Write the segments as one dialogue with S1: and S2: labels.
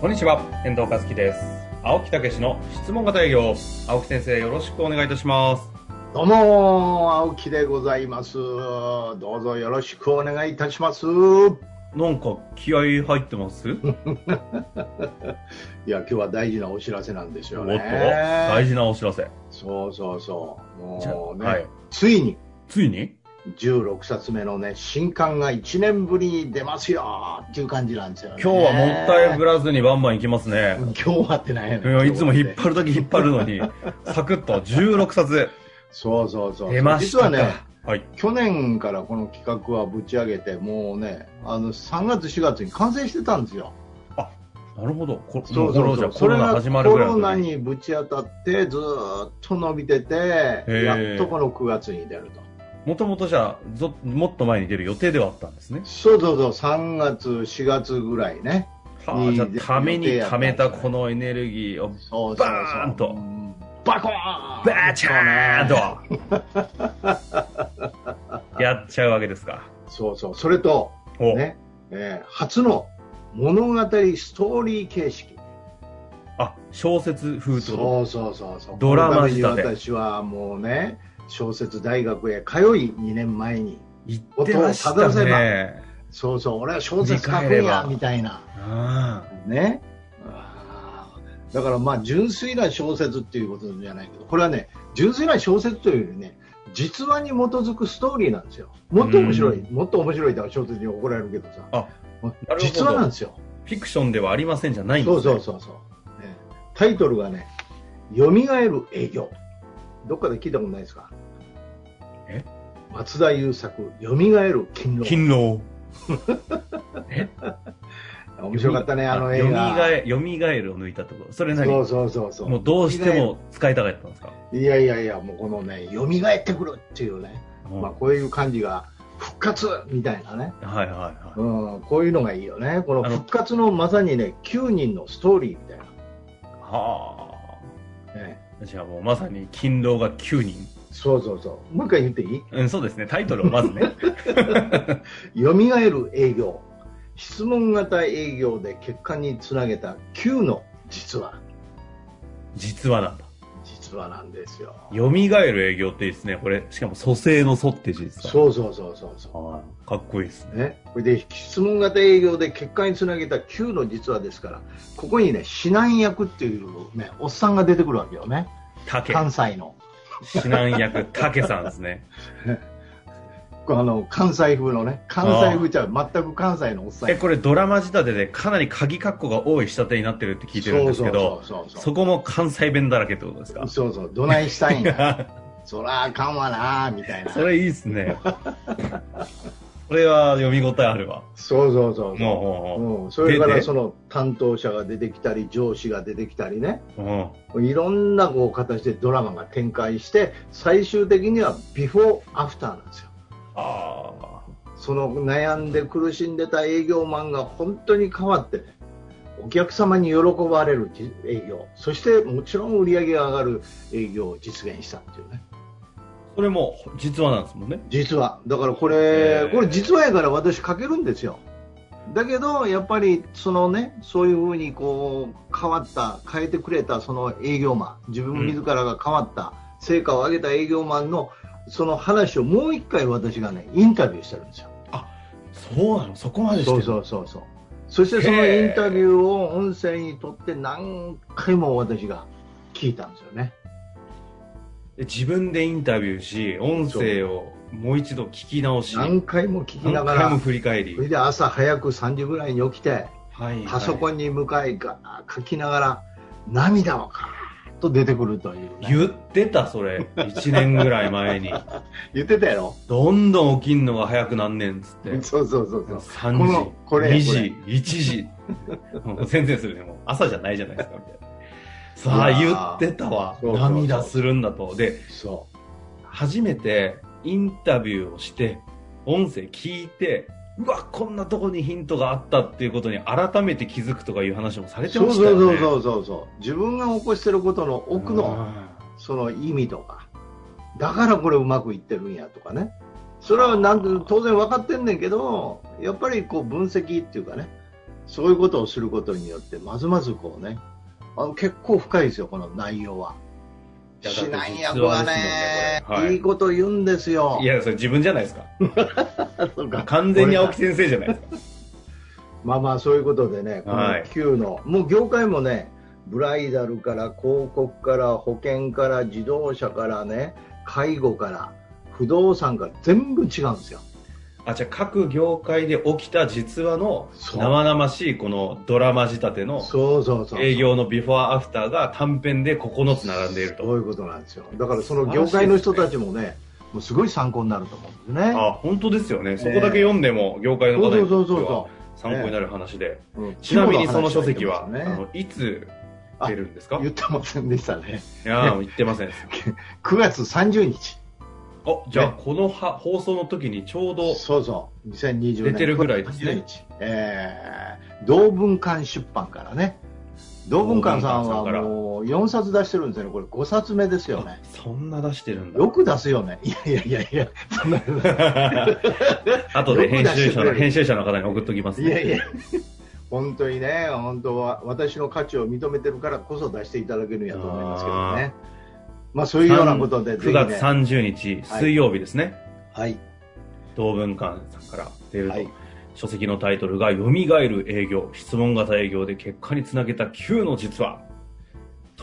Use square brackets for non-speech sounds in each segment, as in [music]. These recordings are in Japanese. S1: こんにちは、遠藤和樹です。青木武の質問型営業。青木先生、よろしくお願いいたします。
S2: どうも、青木でございます。どうぞよろしくお願いいたします。い
S1: なんか気合い入ってます？
S2: [laughs]
S1: おっ
S2: や、今日は大事なお知らせなんですよ
S1: と、
S2: ね。
S1: 大事なお知らせ。
S2: そうそうそう。
S1: じゃあ
S2: もうね、
S1: はい。
S2: ついに
S1: ついに？
S2: 16冊目のね、新刊が1年ぶりに出ますよっていう感じなんですよね。
S1: 今日はもったいぶらずにバンバン行きますね。
S2: 今日はってないや
S1: い
S2: ね
S1: や
S2: ん
S1: いつも引っ張るだけ引っ張る
S2: [laughs]
S1: のに、サクッと16冊
S2: そうそうそう。
S1: 出まし
S2: 実
S1: たか。
S2: はね、
S1: はい。
S2: 去年からこの企画はぶち上げて、もうね、あの、3月4月に完成してたんですよ。
S1: なるほど。こ
S2: そ
S1: も
S2: う
S1: うこれ
S2: そう
S1: をじ
S2: そ
S1: ゃあ
S2: う。
S1: コ
S2: そ
S1: ロ
S2: れ
S1: ナ
S2: が
S1: 始まる
S2: コ
S1: ぐらい
S2: ロ
S1: の
S2: ナ
S1: 時に。
S2: にぶち当たって、ずーっと伸びてて、
S1: ー
S2: やっとこの9月に出ると。
S1: もともとじゃあぞもっと前に出る予定ではあったんですね。
S2: そうそうそう、3月、4月ぐらいね。
S1: はあ、じゃあため
S2: いい
S1: に
S2: ですね
S1: ためたこのエネルギーを
S2: そうそうそう。
S1: バーンと
S2: うん。バコーン
S1: バーチャーン
S2: [laughs] とね
S1: とやっちゃうわけですか。
S2: そうそう。それと、
S1: お、
S2: ね、えー初の物語ストーリー形式。
S1: あ、小説風ってこ
S2: そうそうそうそう。
S1: ドラマ仕立て
S2: このために私はもうね、小説大学へ通い2年前に。
S1: と言ってました
S2: 音を正せ
S1: ね。
S2: そうそう、俺は小説書
S1: 振り返
S2: くん
S1: れば
S2: や、みたいな。
S1: ああ
S2: ね。あーだからまあ純粋な小説っていうことじゃないけど、これはね、純粋な小説というよりね、実話に基づくストーリーなんですよ。もっと面白い、
S1: う
S2: もっと面白いだ小説に怒られるけどさ。
S1: あほど
S2: 実話なんですよ。
S1: フィクションではありませんじゃないんです、
S2: そ
S1: ね、
S2: うそうそうそう、ねタイトルがね、蘇る営業。どっかで聞いたことないですか
S1: え
S2: 松田優作、蘇る勤労。
S1: 勤労。
S2: 面白かったね、あの映画。
S1: よみがえ、よみがえるを抜いたってこと。それ何
S2: そうそうそうそう。
S1: もうどうしても使いたかったんですか。
S2: いやいやいや、もうこのね、蘇ってくるっていうね、まあこういう感じが、復活みたいなね、
S1: はいはいは
S2: うん、こういうのがいいよね、この
S1: あの
S2: 復活のまさにね、9人のストーリーみたい
S1: い。は
S2: な、ね、
S1: あ。じゃあもうまさに勤労が9人。
S2: そうそうそう、もう一回言っていい
S1: うん、そうですね。タイトルをまず
S2: [laughs]
S1: ね。
S2: 蘇る営業、質問型営業で結果につなげた9の実話、
S1: 実話なんだ。
S2: 実話なんですよ。
S1: よみがえる営業っていいですね。これ、しかも蘇生の蘇って字ですか
S2: そうそうそうそうそう。
S1: はいかっこいいですね。
S2: ね、これで質問型営業で結果につなげた9の実話ですからここにね指南役っていう、ね、おっさんが出てくるわけよね
S1: 竹。
S2: 関西の
S1: 指南
S2: [laughs]
S1: 役、竹さんですね。
S2: あの関西風のね関西風ちゃう全く関西のおっさん
S1: え、これドラマ仕立てでかなり鍵括弧が多い仕立てになってるって聞いてるんですけど、
S2: そうそうそう
S1: そこも関西弁だらけってことです
S2: そう
S1: か
S2: そうそうどないしたいんやそらあかんわなみたいな
S1: それいいっす
S2: [laughs]
S1: ね。これは読み応えあるわ。
S2: そうそうそうそう
S1: も
S2: うん、それか
S1: で
S2: ら
S1: で
S2: その担当者が出てきたり上司が出てきたりね
S1: う、うん。
S2: いろんなこう形でドラマが展開して最終的にはビフォーアフターなんですよ
S1: あ
S2: その悩んで苦しんでた営業マンが本当に変わってね、お客様に喜ばれるじ営業、そしてもちろん売り上げが上がる営業を実現したっていうね。
S1: あ。それも実話なんですもんね。
S2: 実は、だからこ
S1: へ
S2: れ
S1: ー、
S2: これ実はやから私書けるんですよ。だけど、やっぱりそのね、そういうふうにこう変わった、変えてくれたその営業マン、自分自らが変わった、成果を上げた営業マンのその話をもう一回私がね、インタビューしてるんですよ。
S1: そうなのそこまでして
S2: そ
S1: る
S2: うそうそうそうそしてそのインタビューを音声にとって何回も私が聞いたんですよね
S1: で自分でインタビューし、音声をもう一度聞き直し、
S2: 何回も聞きな
S1: 何
S2: が
S1: 回も
S2: ら
S1: 振り返り
S2: それ。で朝早く3時ぐらいに起きて
S1: はい
S2: パソコ
S1: ン。
S2: ンに向かいが書きながら涙をかーッと出てくるという、ね、
S1: 言ってた、それ。1年ぐらい前に。
S2: 言ってたやろ
S1: どんどん起きんのが早くなんねんっつって。
S2: そうそうそうそうこ
S1: 3時
S2: の、これ
S1: 2時、1時。もう全然するね。もう朝じゃないじゃないですか、みたいな。さ
S2: い
S1: あ、
S2: やー
S1: 言ってたわ。
S2: そうそうそう
S1: 涙するんだと。で、
S2: そ
S1: 初めてインタビューをして、音声聞いて、うわ、こんなとこにヒントがあったっていうことに改めて気づくとかいう話もさ
S2: う
S1: れて
S2: そ
S1: ま
S2: う
S1: した
S2: そう
S1: よ
S2: そ
S1: ね。
S2: うそうそうそう自分が起こしてることの奥の
S1: うん
S2: その意味とかだからこれうまくいってるんやとかねそれはなんと当然分かってんねんけどやっぱりこう分析っていうかねそういうことをすることによってまずまずこうねあの結構深いですよこの内容は。
S1: いや
S2: 指南役
S1: だ
S2: は
S1: って実
S2: ね
S1: はですもんねこれはい
S2: いこと言うんですよ。 [laughs]
S1: いや、それ自分じゃないですか。
S2: そうか
S1: 完全に青木先生じゃないですか。
S2: まあまあそういうことでね、こ
S1: はい
S2: の Q の、もう業界もね、ブライダルから広告から保険から自動車からね、介護から不動産から全部違うんですよ。
S1: [laughs] あ、じゃあ各業界で起きた実話の
S2: そう
S1: 生々しいこのドラマ仕立ての
S2: そうそうそう。
S1: 営業のビフォーアフターが短編で9つ並んでいる
S2: そう
S1: と。
S2: いうことなんですよ。だからその業界の人たちもね、もうすごい参考になると思うんですね。
S1: あ、本当ですよね。そこだけ読んでも業界の
S2: そ
S1: 方
S2: うそう
S1: に
S2: そ
S1: と
S2: う
S1: って
S2: そ
S1: は参考になる話で。
S2: う。うん
S1: ちなみにその書籍は、
S2: 規模の話
S1: あ
S2: が
S1: の
S2: 出てま
S1: いつ出るんです
S2: すね
S1: か
S2: 言ってませんでしたね。
S1: いやー、言ってません。
S2: 9月30日。
S1: あ、じゃあこのは放送の時にちょうど、
S2: そうそう、2020
S1: 出
S2: 年。
S1: てるぐらいですね
S2: 9月30日えー、同文館出版からね。同文館さん
S1: 同文館さんから
S2: はもう4冊出してるんですよね。これ5冊目ですよね。
S1: そんな出してるんだ。
S2: よく出すよね。いやいやいやいや、そんなことない
S1: 後で編集者
S2: よく出してくれ
S1: の
S2: る
S1: 編集者の方に送っときます
S2: い
S1: ね。
S2: やいや。本当にね、本当は私の価値を認めてるからこそ出していただけるんやと思いますけどね。まあそういうようなことで、
S1: 9月
S2: ぜひね
S1: 30日、
S2: はい
S1: 水曜日ですね。
S2: はい。
S1: 同文館さんから出ると、
S2: はい
S1: 書籍のタイトルが「よみがえる営業質問型営業で結果につなげた Q の実話」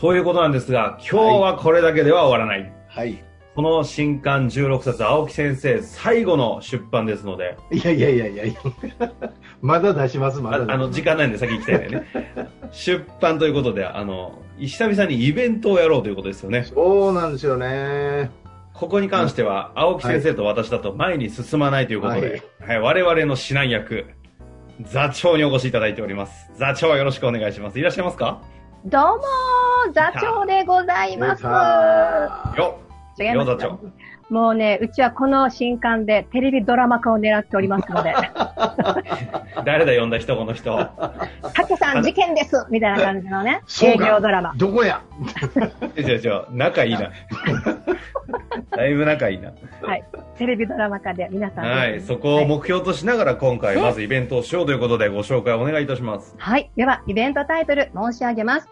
S1: ということなんですが今日はこれだけでは終わらない、
S2: はい。
S1: この新刊16冊青木先生最後の出版ですので
S2: いやいやいやいやいや [laughs] まだ出します、ま
S1: あ
S2: だ出します。
S1: あの時間ないんで先行きたいんでね
S2: [laughs]
S1: 出版ということであの久々にイベントをやろうということですよね
S2: そうなんですよね。
S1: ここに関しては青木先生と私だと前に進まないということで、はい我々の指南役座長にお越しいただいております座長よろしくお願いしますいらっしゃいますか
S3: どうもー座長でございます。
S2: よ
S1: よ
S3: 違い
S1: よ
S3: ま
S1: 座
S3: す
S1: 長
S3: かもうね、うちはこの新刊でテレビドラマ化を狙っております
S1: [laughs]
S3: ので、
S1: 誰だ呼んだ人この [laughs] 人
S3: タケさん事件ですみたいな感じの
S1: [laughs]
S3: ね、
S2: そう
S3: 営
S2: か
S3: 業ドラマ。
S2: どこや
S1: 違う違う仲いい [laughs] なだいぶ仲いいな
S3: はい。テレビドラマ化で皆さん。
S1: はいそこを目標としながら今回まずイベントをしようということでご紹介お願いいたします
S3: はい。では、イベントタイトル申し上げます。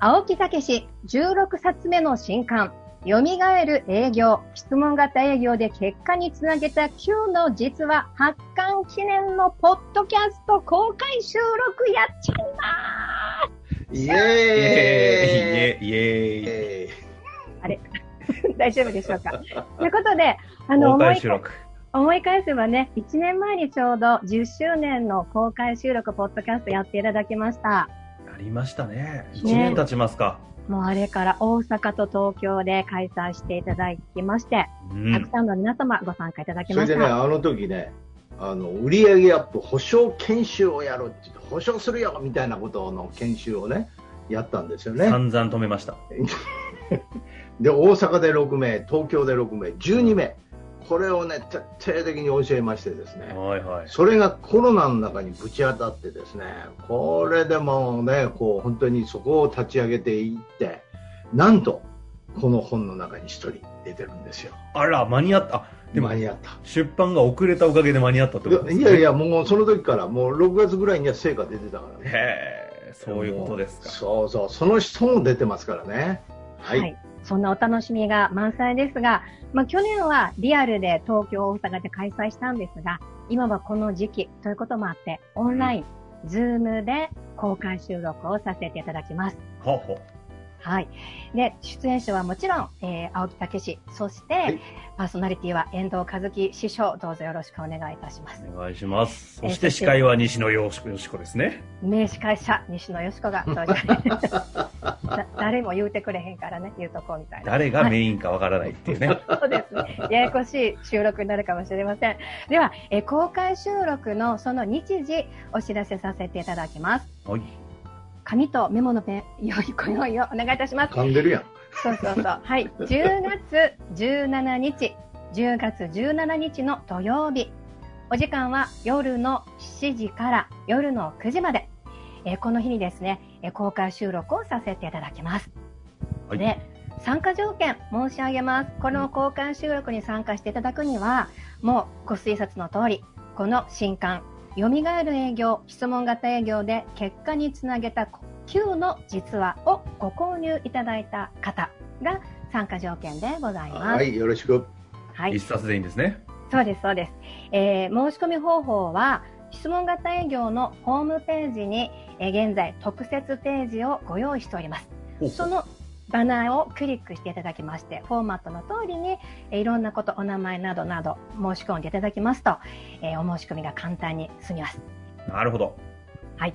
S3: 青木武史16冊目の新刊、蘇る営業、質問型営業で結果につなげた Q の実話発刊記念のポッドキャスト公開収録やっちゃいま
S2: イ
S1: イ
S2: エ
S1: エーイイエ
S2: ー
S1: ー
S2: イ
S1: イ
S3: す [laughs] 大丈夫でしょ
S2: [laughs]
S3: うかということで、あの、
S1: 公
S3: 思い
S1: 開収録
S3: 思い返せばね、1年前にちょうど10周年の公開収録ポッドキャストやっていただきました。
S1: ありましたね1年経ちますか、
S3: もうあれから大阪と東京で開催していただきまして、
S1: う
S3: たく
S1: ん、
S3: さんの皆様ご参加いただき
S2: そ
S3: ま
S2: れ
S3: し
S2: でね、
S3: た。
S2: あの時ね、あの売上アップ保証研修をやるって言って保証するよみたいなことの研修をね、やったんですよね。
S1: 散々止めました
S2: で、大阪で6名、東京で6名、12名、これをね、徹底的に教えましてですね、
S1: はいはい
S2: それがコロナの中にぶち当たってですね、これでもうね、こう本当にそこを立ち上げていって、なんと、この本の中に一人出てるんですよ。
S1: あら、間に合った。あでも
S2: 間、に合った。
S1: 出版が遅れたおかげで間に合ったってことです
S2: い
S1: ね。
S2: やいや、もうその時から、もう6月ぐらいには成果出てたから
S1: [laughs]
S2: ね。
S1: へえ、そういうことですか。
S2: そうそう、その人も出てますからね。はい。
S3: はいそんなお楽しみが満載ですが、まあ去年はリアルで東京、大阪で開催したんですが、今はこの時期ということもあって、オンライン、ズームで公開収録をさせていただきます。
S1: ほうほう
S3: はい。で、出演者はもちろん、えー青木武史、そして、
S2: はい
S3: パーソナリティは遠藤和樹師匠、どうぞよろしくお願いいたします。
S1: お願いします。そして司会は西野よしよしこですね。
S3: 名司会者、西野よしこが登場。
S2: [laughs]
S3: だ誰も言うてくれへんからね、言うとこうみたいな。
S1: 誰がメインかわからないっていうね。
S3: そうですね。ややこしい収録になるかもしれません。では、えー公開収録のその日時、お知らせさせていただきます。
S1: はい。
S3: 紙とメモのペン、用意ご用意をお願いいたします。
S2: 噛んでるやん。
S3: そうそうそう。はい。10月17日、10月17日の土曜日。お時間は夜の7時から夜の9時まで。えーこの日にですね、えー公開収録をさせていただきます。
S1: はい
S3: で、参加条件申し上げます。この公開収録に参加していただくには、もうご推察の通り、この新刊、蘇る営業、質問型営業で結果につなげた Q の実話をご購入いただいた方が参加条件でございます。は。
S2: はいい、よろしく。
S1: 一冊でいいんですね。
S3: そうです、そうです。えー申し込み方法は、質問型営業のホームページに、えー現在特設ページをご用意しております。
S1: ほうほ
S3: そうのバナーをクリックしていただきまして、フォーマットの通りに、えーいろんなこと、お名前などなど申し込んでいただきますと、えーお申し込みが簡単に済みます。
S1: なるほど。う
S3: えー
S1: ん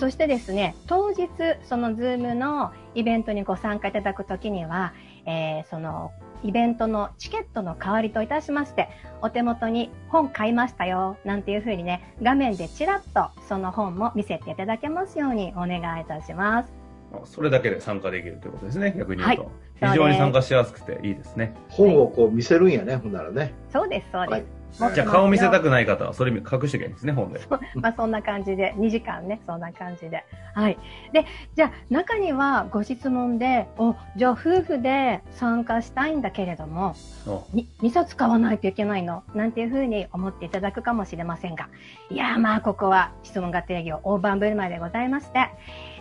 S3: そしてですね、当日、その Zoom のイベントにご参加いただくときには、えーそのイベントのチケットの代わりといたしまして、お手元に本買いましたよ、なんていうふうにね、画面でちらっとその本も見せていただけますようにお願いいたします。
S1: あそれだけで参加できるということですね。逆に言うと。
S3: はい
S1: 非常に参加しやすくていいですね。
S2: 本をこう見せるんやね、ほんならね。
S3: そうです、そうです。
S2: はい
S1: じゃあ顔見せたくない方は、それ隠しておけばいいんですね、本で。
S3: まあそんな感じで、2時間ね、そんな感じで。はい。で、じゃあ中にはご質問で、お、じゃあ夫婦で参加したいんだけれども、
S1: お
S3: に2冊買わないといけないのなんていうふうに思っていただくかもしれませんが、いやーまあここは質問型営業大盤振る舞いでございまして、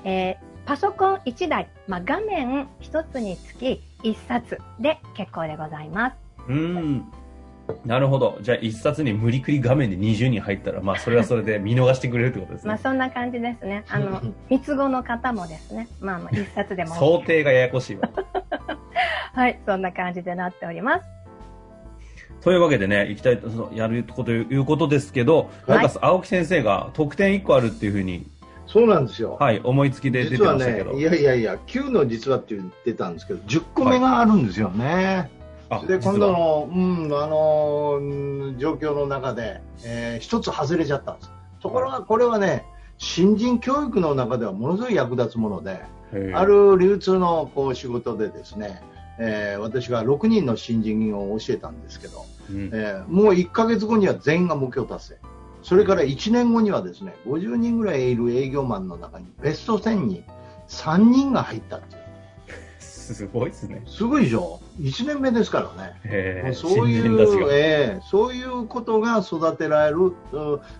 S3: えーパソコン1台、まあ画面1つにつき1冊で結構でございます。
S1: うーん。なるほど。じゃあ一冊に無理くり画面で20人入ったら、まあそれはそれで見逃してくれるってことです
S3: まあ
S1: ね。
S3: そんな感じですね。あの、三つ子の方もですね、まあまあ1冊でも OK
S1: 想定がややこしいわ。
S3: はい、そんな感じでなっております。
S1: というわけでね、行きたいと、そのやること、いうことですけど、
S3: はい
S1: なんか青木先生が得点1個あるっていうふうに、
S2: そうなんですよ。
S1: はい、思いつきで出て
S2: 実は
S1: ましたけ
S2: ね
S1: ど。、
S2: いやいやいや、9の実はって言ってたんですけど、10個目があるんですよね。
S1: あ
S2: で、今度
S1: 実は
S2: の、うん、あのうん状況の中で、えー一つ外れちゃったんです。ところが、これはね、新人教育の中ではものすごい役立つもので、
S1: へー
S2: ある流通のこう仕事でですね、えー私が6人の新人を教えたんですけど、
S1: うん
S2: えーもう1ヶ月後には全員が目標達成。それから1年後にはですね、50人ぐらいいる営業マンの中にベスト10に3人が入ったっていう。
S1: すごいですね。
S2: すごいでしょ ?1 年目ですからね。
S1: へー
S2: そうい
S1: 新人たち
S2: う、
S1: が。
S2: ええそういうことが育てられるうん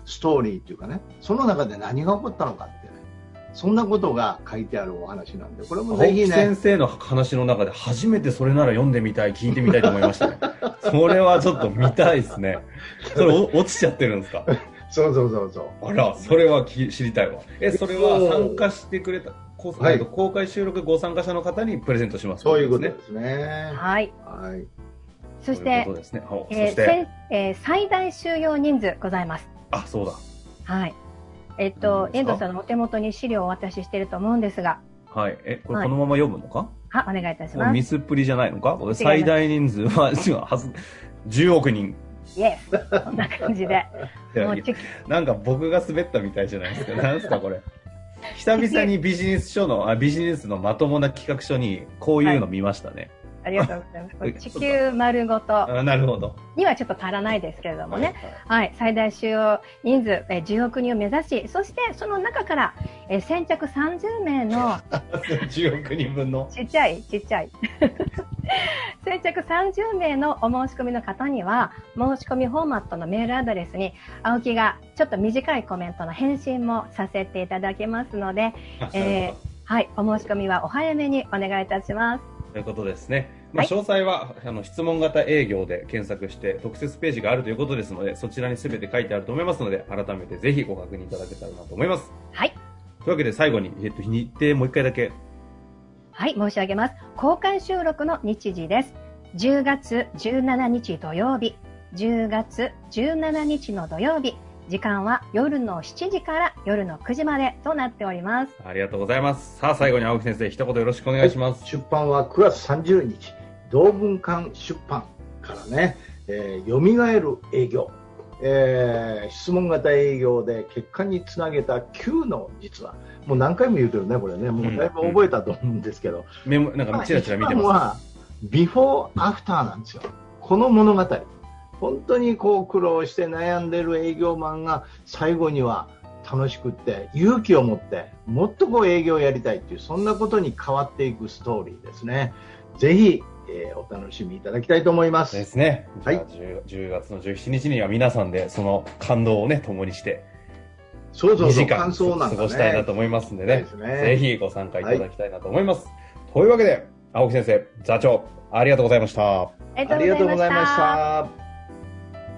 S2: ストーリーというかね、その中で何が起こったのかってね、そんなことが書いてあるお話なんで、これも
S1: 青
S2: ぜひ
S1: 木先
S2: ね、
S1: 生の話の中で初めてそれなら読んでみたい、聞いてみたいと思いましたね。それはちょっと見たいですね。それお
S2: [laughs]
S1: 落ちちゃってるんですか
S2: そうそうそうそう。
S1: あら、それはき知りたいわ。え、それは参加してくれた、こう
S2: はい
S1: えっと公開収録ご参加者の方にプレゼントします。
S2: そういうことですね。
S3: はい。
S2: はい。
S3: そし
S1: そういう
S3: て
S1: こ、とですね。おそ
S3: えー
S1: して、
S3: せんえー最大収容人数ございます。
S1: あ、そうだ。
S3: はい。えっと、
S1: いいんですか
S3: 遠藤さんのお手元に資料をお渡ししてると思うんですが、
S1: はい。え、これ
S3: はい
S1: このまま読むのか、
S3: は、お願いいたし
S1: もう
S3: ま
S1: ミ
S3: す。
S1: スっぷりじゃないのかこれ最大人数は、 [laughs] 違う、はず、10億人。
S3: イエス。こんな感
S1: [laughs]
S3: じで。
S1: いや
S3: もう
S1: いや
S3: チェッ
S1: なんか僕が滑ったみたいじゃないですか。なんですかこれ。久々にビジネス書の、あ、ビジネスのまともな企画書に、こういうの見ましたね。
S3: クありがとうござ
S1: [laughs]
S3: いますこれ。地
S1: そうだ
S3: 球丸ごと
S1: あなるほど。 [laughs]
S3: にはちょっと足らないですけれどもね。はい。最大収容人数、えー10億人を目指し、そしてその中から、えー先着30名の
S1: 10億人分の。
S3: ちっちゃい、ちっちゃい。 [laughs] 先着30名のお申し込みの方には、申し込みフォーマットのメールアドレスに、青木がちょっと短いコメントの返信もさせていただきますので、えーはい、お申し込みはお早めにお願いいたします。
S1: ということですね。まあ、
S3: はい
S1: 詳細は、あの、質問型営業で検索して、特設ページがあるということですので、そちらに全て書いてあると思いますので、改めてぜひご確認いただけたらなと思います。
S3: はい。
S1: というわけで最後に、えっと、日程もう一回だけ
S3: はい、申し上げます。公開収録の日時です。10月17日土曜日、10月17日の土曜日、時間は夜の7時から夜の9時までとなっております。
S1: ありがとうございます。さあ、最後に青木先生、一言よろしくお願いします。
S2: 出版は9月30日同文館出版からね「えー、よみがえる営業」えー質問型営業で結果につなげた9の実はもう何回も言うけどねこれねもうだいぶ覚えたと思うんですけど、
S1: メモ、なんか、ちらちら見て
S2: 一番
S1: ま。
S2: はビフォーアフターなんですよこの物語本当にこう苦労して悩んでる営業マンが最後には楽しくって勇気を持ってもっとこう営業をやりたいっていうそんなことに変わっていくストーリーですねぜひ、えーお楽しみいただきたいと思いますす
S1: ですね。
S2: はい
S1: じゃあ 10, 10月の17日には皆さんで、その感動をね、共にして、
S2: そうそ
S1: 2
S2: うそう
S1: 時
S2: 感
S1: 間
S2: 想な
S1: 過
S2: んかね
S1: ごしたいなと思いますんで
S2: そう
S1: ね
S2: で。す
S1: ぜひご参加いただきたいなと思います。というわけで、青木先生、座長、ありがとうございました。
S3: あり
S2: ありが
S3: が
S2: と
S3: と
S2: う
S3: う
S2: ござ
S3: ござ
S2: い
S3: い
S2: ま
S3: ま
S2: し
S3: した。
S2: た